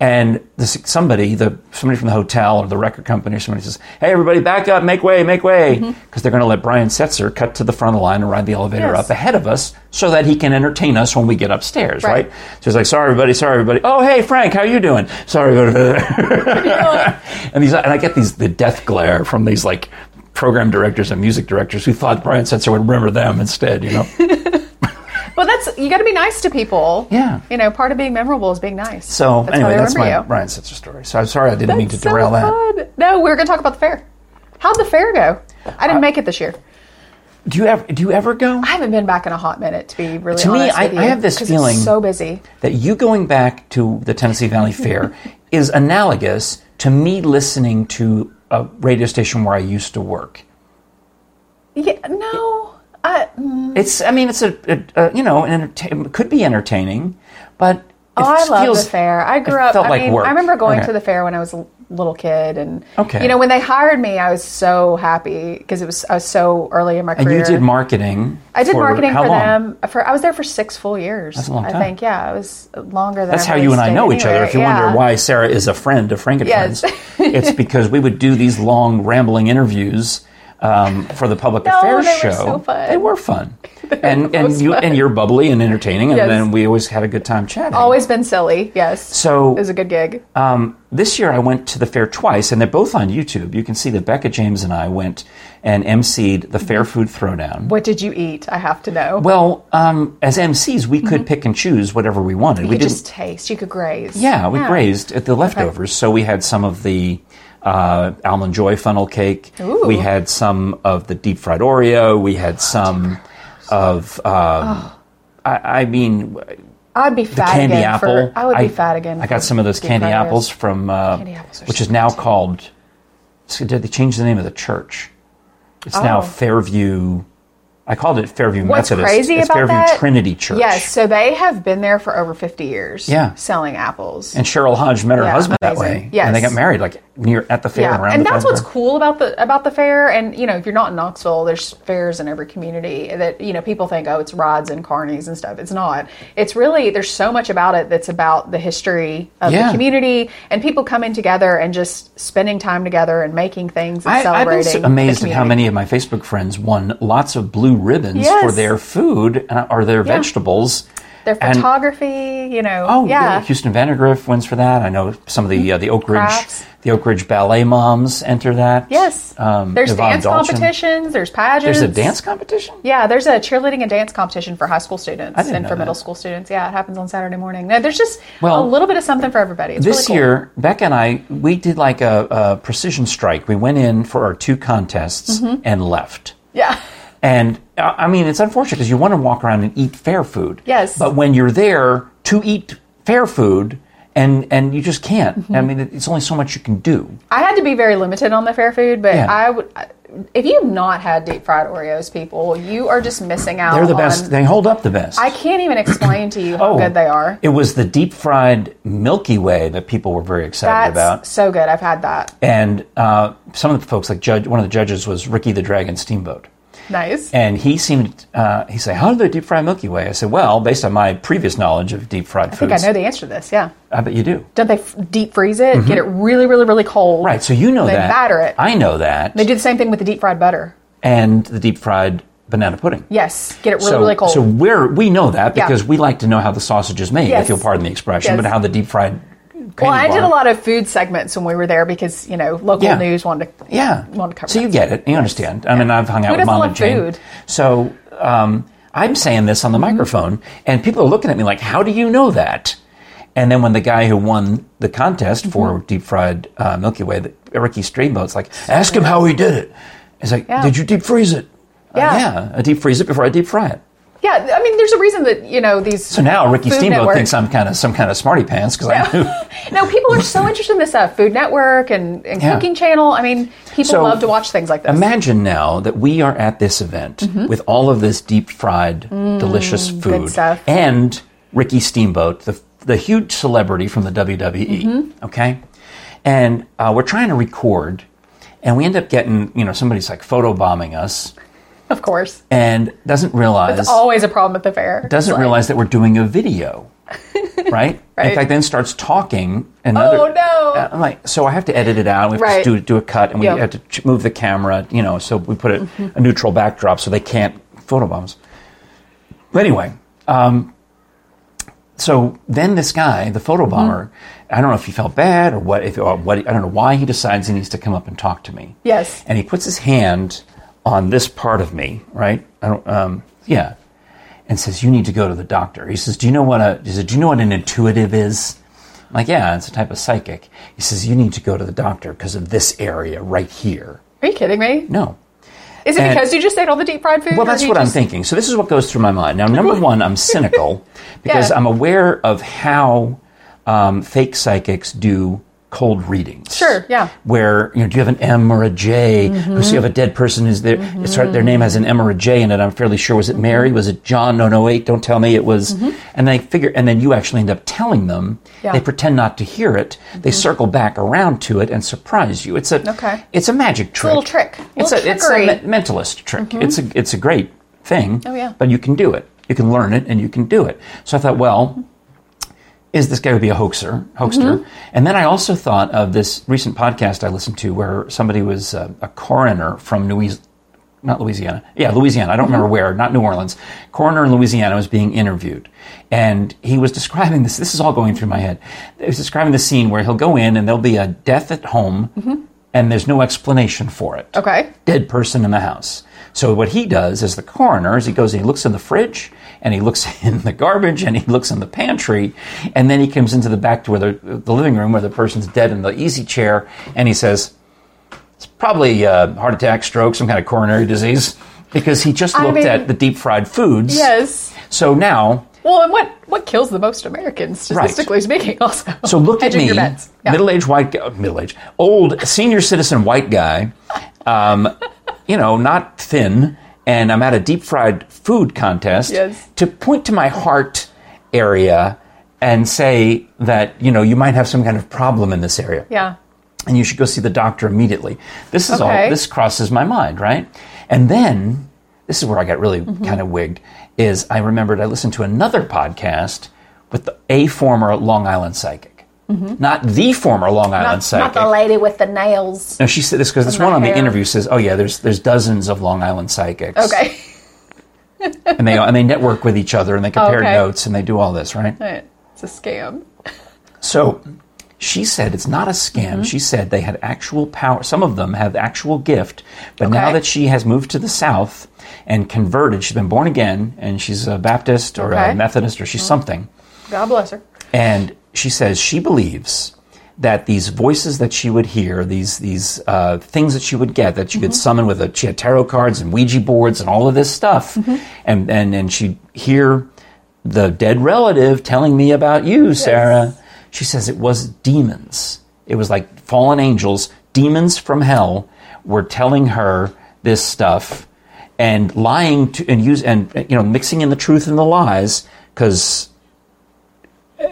And this, somebody, the somebody from the hotel or the record company or somebody says, "Hey, everybody, back up, make way, make way," because they're going to let Brian Setzer cut to the front of the line and ride the elevator Yes. up ahead of us, so that he can entertain us when we get upstairs, Right. right? So he's like, "Sorry, everybody, sorry, everybody. Oh, hey, Frank, how you doing? Sorry." and these, and I get these the death glare from these like program directors and music directors who thought Brian Setzer would remember them instead, you know. Well, that's you got to be nice to people. Yeah. You know, part of being memorable is being nice. So that's anyway, why they that's my remember you. Brian Setzer story. So I'm sorry I didn't mean to That's so derail that. fun. No, we were going to talk about the fair. How'd the fair go? I didn't make it this year. Do you ever do you ever go? I haven't been back in a hot minute, to be really To me, honest I- with you, I have this 'cause feeling- It's so busy. That you going back to the Tennessee Valley Fair is analogous to me listening to a radio station where I used to work. Yeah, no. I, mm, It's I mean it's a, a, a you know an entertain, could be entertaining, but it Oh, I just love feels the fair. I grew it up. felt I like mean, work. I remember going Okay. to the fair when I was a little kid, and Okay. you know when they hired me, I was so happy because it was I was so early in my and career. you did marketing. I did for marketing how for long? them. For I was there for six full years. That's a long I time. think yeah, it was longer than. That's I how really you and I stayed know each other. anywhere. If you Yeah. wonder why Sarah is a friend of Frankenfriends, Yes. it's because we would do these long, rambling interviews um, for the public No, affairs they were show. so fun. They were fun, and and you and you're bubbly and entertaining, and Yes. then we always had a good time chatting. always been silly. Yes, So it was a good gig. um, this year I went to the fair twice, and they're both on YouTube. You can see that Becca James and I went and emceed the Fair Mm-hmm. Food Throwdown. what did you eat? I have to know. Well, um, as MCs, we could pick and choose whatever we wanted. we Mm-hmm. you could didn't just taste. You could graze. Yeah, we grazed at the leftovers. So we had some of the uh, almond joy funnel cake. Ooh. Oh, We had some of the deep fried Oreo. We had some of. Um, I, I mean, I'd be fat candy again apple. for. I would be fat again. I got for some of those deep candy fried Oreos. apples from, uh, Candy apples are which so is now called. So did they change the name of the church? It's now Oh. Fairview. I called it Fairview What's Methodist. crazy it's about Fairview that- Trinity Church. Yes, so they have been there for over 50 years. Yeah. Selling apples. And Cheryl Hodge met her Yeah, husband that amazing. way. Yes. And they got married like near at the fair yeah. around And the that's time. what's cool about the about the fair and you know, if you're not in Knoxville, there's fairs in every community that you know, people think oh, it's rods and carnies and stuff. It's not. It's really there's so much about it that's about the history of Yeah. the community and people coming together and just spending time together and making things and I, I've been celebrating. so the amazed at how community. many of my Facebook friends won lots of blue ribbons Yes. for their food uh, or their vegetables. their And- photography, you know. Oh yeah. yeah. Houston Vandergriff wins for that. I know some of the uh, the Oak Ridge Crafts. the Oak Ridge ballet moms enter that. Yes. um, there's Yvonne dance Dalton. competitions, there's pageants. There's a dance competition. Yeah, there's a cheerleading and dance competition for high school students didn't and know for that. middle school students. Yeah, it happens on Saturday morning. No, there's just Well, a little bit of something for everybody. It's This really cool. year, Becca and I we did like a, a precision strike. We went in for our two contests Mm-hmm. and left. yeah, And uh, I mean, it's unfortunate because you want to walk around and eat fair food. Yes. But when you're there to eat fair food, and and you just can't. Mm-hmm. I mean, it- it's only so much you can do. I had to be very limited on the fair food, but Yeah. I would. If you've not had deep fried Oreos, people, you are just missing out. They're the on- best. They hold up the best. I can't even explain to you how good they are. Oh, It was the deep fried Milky Way that people were very excited That's about, so good. I've had that. and uh, some of the folks, like judge, one of the judges was Ricky the Dragon Steamboat. Nice. And he seemed, uh, he said, How do they deep fry Milky Way? I said, Well, based on my previous knowledge of deep fried I think I foods, know the answer to this. Yeah. I bet you do. Don't they f- deep freeze it? Get it really, really, really cold. Mm-hmm. Right, so you know They that. batter it. I know that. They do the same thing with the deep fried butter. and the deep fried banana pudding. Yes. Get it really, so, really cold. so we're we know that Yeah. because we like to know how the sausage is made, Yes. if you'll pardon the expression, Yes. but how the deep fried. Well, I did a lot of food segments when we were there because you know local Yeah. news wanted to. Yeah, wanted to cover so you that. get it, you understand. I mean, I've hung out with Who doesn't mom love and Jane. food? Mm-hmm. So um, I'm saying this on the microphone, and people are looking at me like, "How do you know that?" And then when the guy who won the contest Mm-hmm. for deep fried uh, Milky Way, the, Ricky Streamboat's like, "Ask him how he did it." He's like, Yeah. "Did you deep freeze it?" Uh, Yeah. yeah, I deep freeze it before I deep fry it. Yeah, I mean, there's a reason that you know these. So now Ricky Food Steamboat Network. thinks I'm kind of some kind of smarty pants because I knew. No, people are so interested in this stuff. Food Network and, and Yeah. Cooking Channel. I mean, people So, love to watch things like this. Imagine now that we are at this event Mm-hmm. with all of this deep fried, delicious food Mm, stuff. and Ricky Steamboat, the the huge celebrity from the WWE. Mm-hmm. Okay, and uh, we're trying to record, and we end up getting you know somebody's like photobombing us of course, and doesn't realize it's always a problem at the fair. doesn't It's like, realize that we're doing a video, right? In Right. fact, then starts talking. Another, Oh, no. Uh, I'm like, so I have to edit it out. We have Right. to do, do a cut, and we Yeah. have to ch- move the camera. You know, so we put a, a neutral backdrop so they can't photobombs. But anyway, um, so then this guy, the photobomber, I don't know if he felt bad or what. If or what I don't know why he decides he needs to come up and talk to me. Yes. And he puts his hand on this part of me, right? I don't, um, yeah. And says, "You need to go to the doctor." He says, "Do you know what a?" He says, "Do you know what an intuitive is?" I'm like, "Yeah, it's a type of psychic." He says, "You need to go to the doctor because of this area right here." Are you kidding me? No. Is it And- because you just ate all the deep fried food? Well, or that's you what I'm just- thinking. So this is what goes through my mind. Now, number one, I'm cynical because Yeah. I'm aware of how um, fake psychics do cold readings. Sure, yeah. Mm-hmm. Where you know, do you have an M or a J? Or so you have a dead person who's there. It's her- their name has an M or a J in it. I'm fairly sure. Was it Mm-hmm. Mary? Was it John? No, no, wait. Don't tell me it was. And they figure, and then you actually end up telling them. Yeah. Mm-hmm. They pretend not to hear it. They circle back around to it and surprise you. It's a Okay. It's a magic trick. little trick, It's little a it's a trickery. me- mentalist trick. It's a it's a great thing. Mm-hmm. Oh, yeah. But you can do it. You can learn it and you can do it. So I thought, well, is this guy would be a hoaxer, hoaxer? Mm-hmm. And then I also thought of this recent podcast I listened to where somebody was uh, a coroner from New Eas- not Louisiana. Yeah, Louisiana. I don't Mm-hmm. remember where, not New Orleans. Coroner in Louisiana was being interviewed. And he was describing this. This is all going through my head. He was describing the scene where he'll go in and there'll be a death at home and there's no explanation for it Mm-hmm. Okay. dead person in the house. So what he does as the coroner is he goes and he looks in the fridge and he looks in the garbage and he looks in the pantry and then he comes into the back to where the, the living room where the person's dead in the easy chair and he says, "It's probably a heart attack, stroke, some kind of coronary disease." Because he just I looked mean- at the deep fried foods. Yes. So now Well, and what what kills the most Americans, statistically speaking, also. So look at Hedging me, your bets. Yeah. middle-aged white, guy, middle-aged, old senior citizen white guy, um, you know, not thin, and I'm at a deep fried food contest Yes. to point to my heart area and say that you know you might have some kind of problem in this area Yeah. and you should go see the doctor immediately. This is Okay. all this crosses my mind, right? And then this is where I got really Mm-hmm. kind of wigged is I remembered I listened to another podcast with the, a former Long Island psychic. Not the former Long Island psychic. lady with Mm-hmm. the nails. no, she said this because this the one on the hair. interview says, "Oh yeah, there's there's dozens of Long Island psychics." Okay. and they and they network with each other and they compare Okay. notes and they do all this, right? it's a scam. So she said it's not a scam. Mm-hmm. She said they had actual power. Some of them have actual gift, but now Okay. that she has moved to the South and converted, she's been born again and she's a Baptist or Okay. Mm-hmm. a Methodist or she's something. God bless her. And she says she believes that these voices that she would hear, these these uh, things that she would get, that she Mm-hmm. could summon with a she had tarot cards and Ouija boards and all of this stuff, Mm-hmm. and and and she'd hear the dead relative telling me about you, Sarah. She says it was demons. It was like fallen angels, demons from hell were telling her this stuff and lying to and use and you know mixing in the truth and the lies because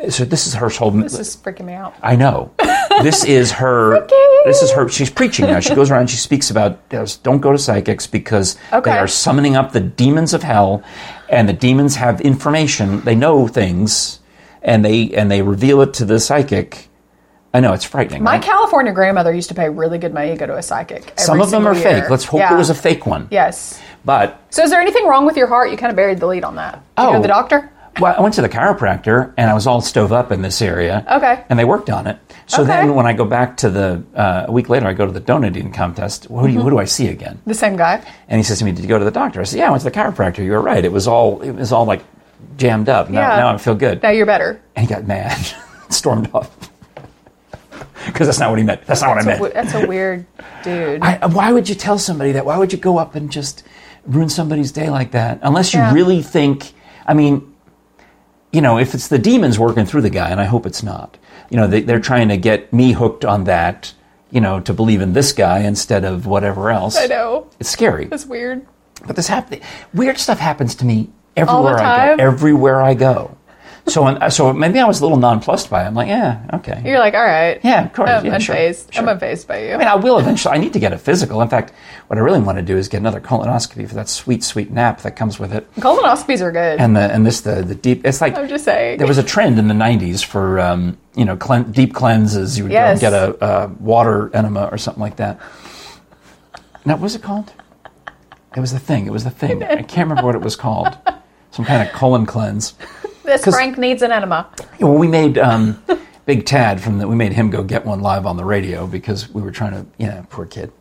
so this is her whole This is freaking me out. I know. This is her. Freaking- this is her. She's preaching now. She goes around. and She speaks about uh, don't go to psychics because Okay. they are summoning up the demons of hell, and the demons have information. They know things, and they and they reveal it to the psychic. I know it's frightening. My right? California grandmother used to pay really good money to go to a psychic. every Some of them single are year. fake. Let's hope Yeah. it was a fake one. Yes. But So, is there anything wrong with your heart? You kind of buried the lead on that. Did you go to Oh. the doctor? Well, I went to the chiropractor and I was all stove up in this area. Okay. And they worked on it. So Okay. then when I go back to the, uh, a week later, I go to the donut eating contest. Who Mm-hmm. do, you, who do I see again? The same guy. And he says to me, Did you go to the doctor? I said, Yeah, I went to the chiropractor. You were right. It was all, it was all like jammed up. Now, Yeah. now I feel good. Now you're better. And he got mad, stormed off. Because that's not what he meant. That's not what I meant. That's a, we- that's a weird dude. I, why would you tell somebody that? Why would you go up and just ruin somebody's day like that? Unless you Yeah. really think, I mean, you know, if it's the demons working through the guy, and I hope it's not, you know, they, they're trying to get me hooked on that, you know, to believe in this guy instead of whatever else. I know. It's scary. That's weird. But this happen- weird stuff happens to me everywhere the I time? go. Everywhere I go. So, and, so maybe I was a little nonplussed by it. I'm like, yeah, okay. You're like, all right. yeah, of course. I'm yeah, sure, unfazed. sure. I'm unfazed by you. I mean, I will eventually. I need to get a physical. In fact, what I really want to do is get another colonoscopy for that sweet, sweet nap that comes with it. Colonoscopies are good. And the and this the the deep. It's like I'm just saying. there was a trend in the '90s for um, you know clean, deep cleanses. You would Yes. go and get a, uh water enema or something like that. Now, what was it called? It was the thing. It was the thing. I can't remember what it was called. Some kind of colon cleanse. this 'cause- Frank needs an enema. Yeah, well, we made um, Big Tad from the, we made him go get one live on the radio because we were trying to, you know, poor kid.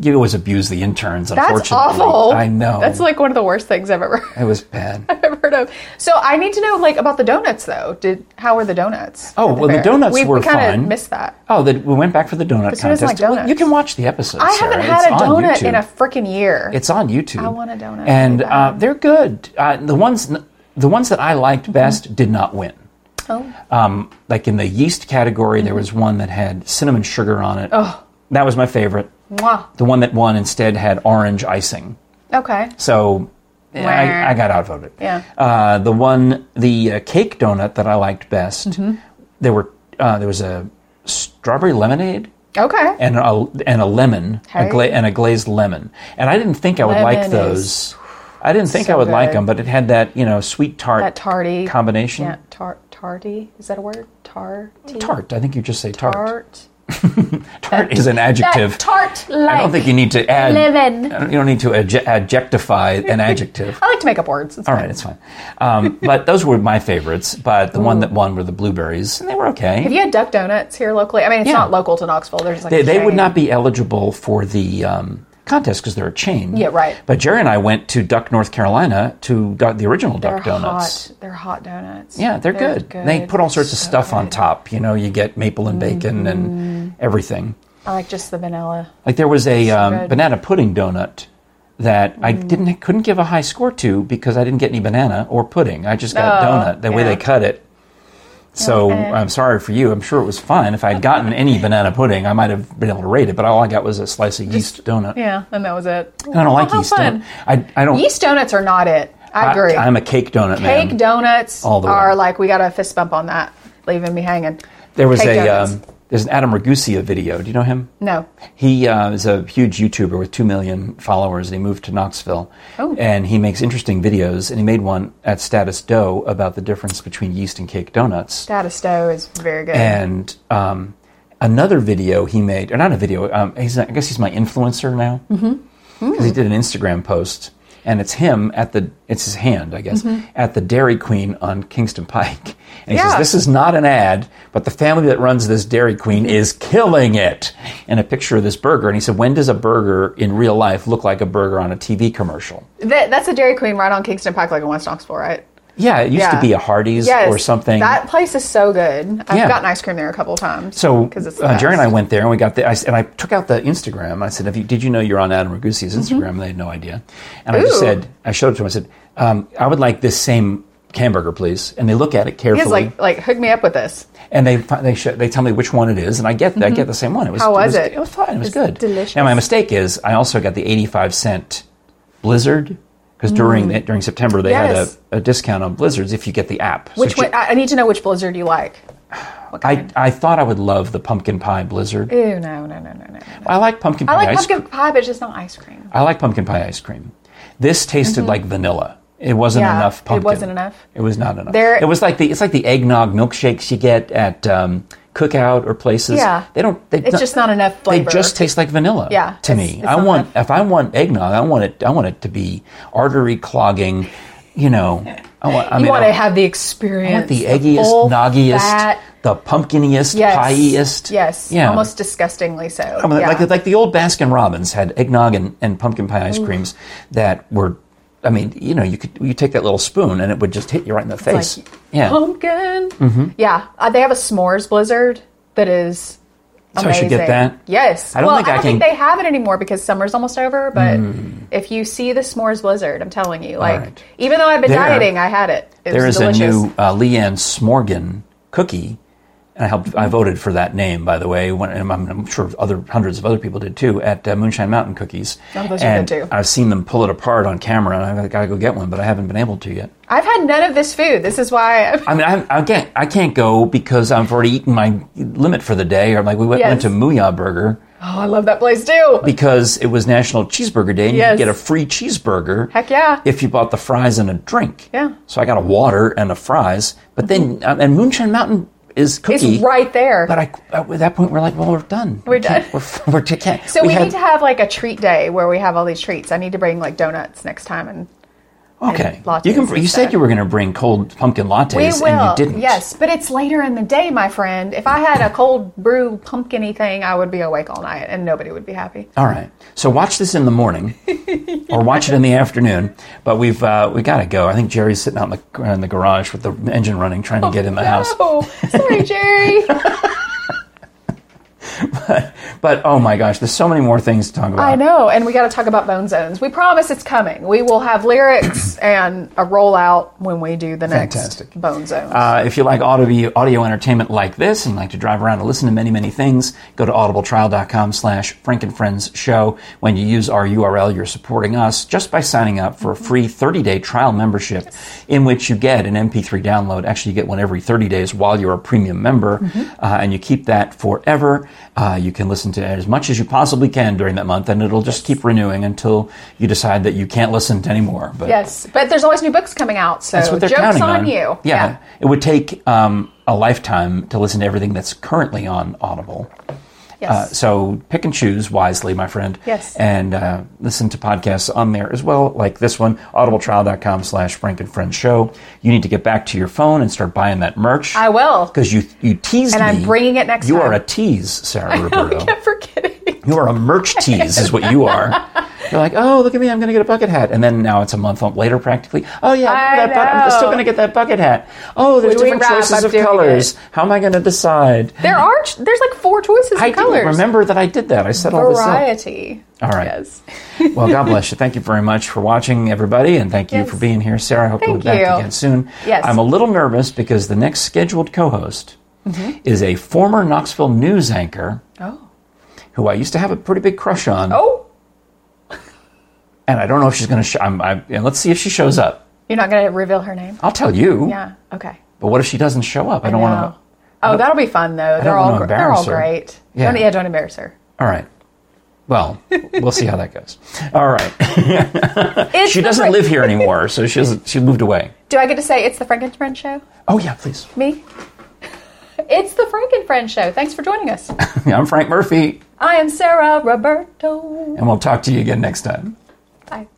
you always abuse the interns. That's unfortunately, awful. I know. That's like one of the worst things I've ever it was bad. I've heard of. So I need to know like about the donuts though. Did how were the donuts? Oh, at well, the fair? donuts we, were we kinda fun. Missed that. Oh, that we went back for the donut who doesn't contest. like Well, donuts? you can watch the episodes. I Sarah. haven't had It's a on donut YouTube. in a freaking year. It's on YouTube. I want a donut And really uh, bad. Mm-hmm. they're good. Uh, the ones the ones that I liked best did not win. oh. Um, like in the yeast category, there was one that had cinnamon sugar on it. Oh. That was my favorite. Mwah. The one that won instead had orange icing. Okay. So eh, I, I got outvoted. Yeah. Uh, the one, the uh, cake donut that I liked best, Mm-hmm. there were uh, there was a strawberry lemonade Okay. and a and a lemon, a Hey. gla- and a glazed lemon. And I didn't think I would Lemon like is those. I didn't think so I would like good. them, but it had that you know sweet tart that tardy combination. Yeah, tar- tardy. Is that a word? Tarty. Tart. I think you just say tart. Tart, Tart. is an adjective. tart like. I don't think you need to add. lemon. I don't- You don't need to adje- adjectify an adjective. I like to make up words. It's All fine. right, it's fine. Um, but those were my favorites. But the one that won were the blueberries, and they were okay. Have you had duck donuts here locally? I mean, it's Yeah. not local to Knoxville. There's like they, a they would chain. not be eligible for the um, contest because they're a chain. Yeah, right. But Jerry and I went to Duck, North Carolina to du- the original They're Duck Donuts. Hot. They're hot donuts. Yeah, they're, good. They put all sorts of So stuff on good. Mm-hmm. top. You know, you get maple and bacon and everything. I like just the vanilla. Like there was a um, good. banana pudding donut that I Mm. didn't couldn't give a high score to because I didn't get any banana or pudding. I just got Oh, donut the way yeah. they cut it. So Okay. I'm sorry for you. I'm sure it was fine. If I'd gotten any banana pudding, I might have been able to rate it. But all I got was a slice of yeast donut. Yeah, and that was it. And I don't like how yeast fun. donut. I, I don't. Yeast donuts are not it. I agree. I, am a cake donut man. Cake donuts All the way. are like we got a fist bump on that, leaving me hanging. There was Cake a donuts. um, there's an Adam Ragusa video. Do you know him? No. He uh, is a huge YouTuber with two million followers, and he moved to Knoxville. Oh. And he makes interesting videos, and he made one at Status Dough about the difference between yeast and cake donuts. Status dough is very good. And um, another video he made, or not a video, um, he's, I guess he's my influencer now, because Mm-hmm. he did an Instagram post, and it's him at the, it's his hand, I guess, at the Dairy Queen on Kingston Pike. And he says, Mm-hmm. Yeah. This is not an ad, but the family that runs this Dairy Queen Mm-hmm. is killing it. And a picture of this burger. And he said, When does a burger in real life look like a burger on a TV commercial? That, that's a Dairy Queen right on Kingston Pike, like in West Knoxville, right? Yeah, it used to Yeah. be a Hardee's Yes, or something. That place is so good. I've Yeah. gotten ice cream there a couple of times. So because it's the uh, Jerry and I best. went there, and we got the. I, s- and I took out the Instagram. I said, Have you, "Did you know you're on Adam Ragusi's Instagram?" And they had no idea. And I just Mm-hmm. Ooh. said, "I showed it to him. I said, um, I would like this same hamburger, please." And they look at it He is carefully, like, like hook me up with this. and they fi- they show, they tell me which one it is, and I get I get the same one. It was Mm-hmm. How was it? it? It was fine. It was It's good. delicious. Now my mistake is I also got the 85 cent Blizzard because during the, during September they Mm. Yes. had a, a discount on Blizzards if you get the app. So Which if you- one, I I need to know which Blizzard you like. What I, I thought I would love the pumpkin pie Blizzard. Ew, no, no, no, no, no, no. I like pumpkin pie I like ice pumpkin pie, but it's just not ice cream. I like pumpkin pie ice cream. This tasted like vanilla. It wasn't Mm-hmm. Yeah, enough it pumpkin. wasn't enough. It was not enough. There- it was like the it's like the eggnog milkshakes you get at um, cookout or places. Yeah. they don't. They It's just not enough They flavor. just taste like vanilla. Yeah, to it's- me, it's I not want if I want eggnog, I want it. I want it to be artery clogging. You know, I want. I You mean, want I, to have the experience. I want the full eggiest, noggiest, fat- the pumpkiniest, yes, pie-iest. Yes, yeah, almost disgustingly so. I mean, yeah. Mm. like like the old Baskin Robbins had eggnog and, and pumpkin pie ice creams that were, I mean, you know, you could you take that little spoon and it would just hit you right in the face. like, oh, yeah. Mm-hmm. pumpkin. Yeah, uh, they have a s'mores blizzard that is. So Amazing. I should get that? Yes. I don't well, think I I don't think can- Hmm. they have it anymore because summer's almost over. But if you see the s'mores blizzard, I'm telling you, like right. even though I've been There- dieting, I had it. It there was is delicious. a new uh, Leanne Smorgan cookie, and I helped. Mm-hmm. I voted for that name, by the way. When, and I'm, I'm sure other hundreds of other people did too at uh, Moonshine Mountain Cookies. Oh, those are and good, too. I've seen them pull it apart on camera, and I've got to go get one, but I haven't been able to yet. I've had none of this food. This is why. I'm, I mean, I, I can't. I can't go because I've already eaten my limit for the day. Or like we went, went Yes. to Muya Burger. oh, I love that place too. because it was National Cheeseburger Day, and you could Yes. get a free cheeseburger. Heck yeah. If you bought the fries and a drink. Yeah. Mm-hmm. So I got a water and a fries, but then um, and Moonshine Mountain is It's cookie. right there. But I, uh, at that point, we're like, well, we're done. We're can't- done. We're, we're can't. so we, had- need to have like a treat day where we have all these treats. I need to bring like donuts next time and Okay. lattes You can. and You said stuff. you were going to bring cold pumpkin We lattes, will. and you didn't. Yes, but it's later in the day, my friend. If I had a cold brew pumpkiny thing, I would be awake all night and nobody would be happy. All right. So watch this in the morning, or watch it in the afternoon. But we've uh, we got to go. I think Jerry's sitting out in the in the garage with the engine running, trying to get in the house. Oh, sorry, Jerry. But oh my gosh, there's so many more things to talk about. I know, and we got to talk about bone zones. We promise it's coming. We will have lyrics and a rollout when we do the next Fantastic. bone zone. Uh, if you like audio, audio entertainment like this and like to drive around and listen to many, many things, go to audibletrial.com slash Frank and Friends show. When you use our URL, you're supporting us just by signing up for a free 30-day trial membership in which you get an MP3 download. Actually, you get one every 30 days while you're a premium member, Mm-hmm. uh, and you keep that forever. Uh, you can listen to as much as you possibly can during that month, and it'll just keep renewing until you decide that you can't listen to anymore. But yes, but there's always new books coming out, so that's what they're jokes counting on, on. you. Yeah. It would take um, a lifetime to listen to everything that's currently on Audible. Yes. Uh, so pick and choose wisely, my friend. Yes. And uh, listen to podcasts on there as well, like this one, audibletrial.com slash Frank and Friends Show. You need to get back to your phone and start buying that merch. I will. Because you, you teased And me. I'm bringing it next You time. are a tease, Sarah Roberto. I kept forgetting. You are a merch tease, is what you are. You're like, oh, look at me, I'm going to get a bucket hat. And then now it's a month later practically. Oh, yeah, I that bu- I'm still know. going to get that bucket hat. Oh, there's Would we different wrap choices up of doing colors. How am I going to decide? There are ch- there's like four choices I of colors. didn't remember that I did that. I set all this up. variety. All right. Yes. well, God bless you. Thank you very much for watching, everybody, and thank you Yes. for being here, Sarah. I hope Thank you'll be you. back again soon. Yes. I'm a little nervous because the next scheduled co host is a former Knoxville news anchor Mm-hmm. Oh. who I used to have a pretty big crush on. Oh, And I don't know if she's going to show I'm, I, and let's see if she shows up. you're not going to reveal her name? I'll tell you. Yeah. Okay. But what if she doesn't show up? I don't want No. to. Oh, that'll be fun though. They're don't all wanna gr- they're all embarrass her. great. Yeah. Don't, yeah, don't embarrass her. All right. Well, we'll see how that goes. All right. It's She the doesn't Fra- live here anymore, so she doesn't- she moved away. Do I get to say it's the Frankenfriend show? Oh yeah, please. Me? It's the Frankenfriend show. Thanks for joining us. I'm Frank Murphy, I am Sarah Roberto. and we'll talk to you again next time. Bye.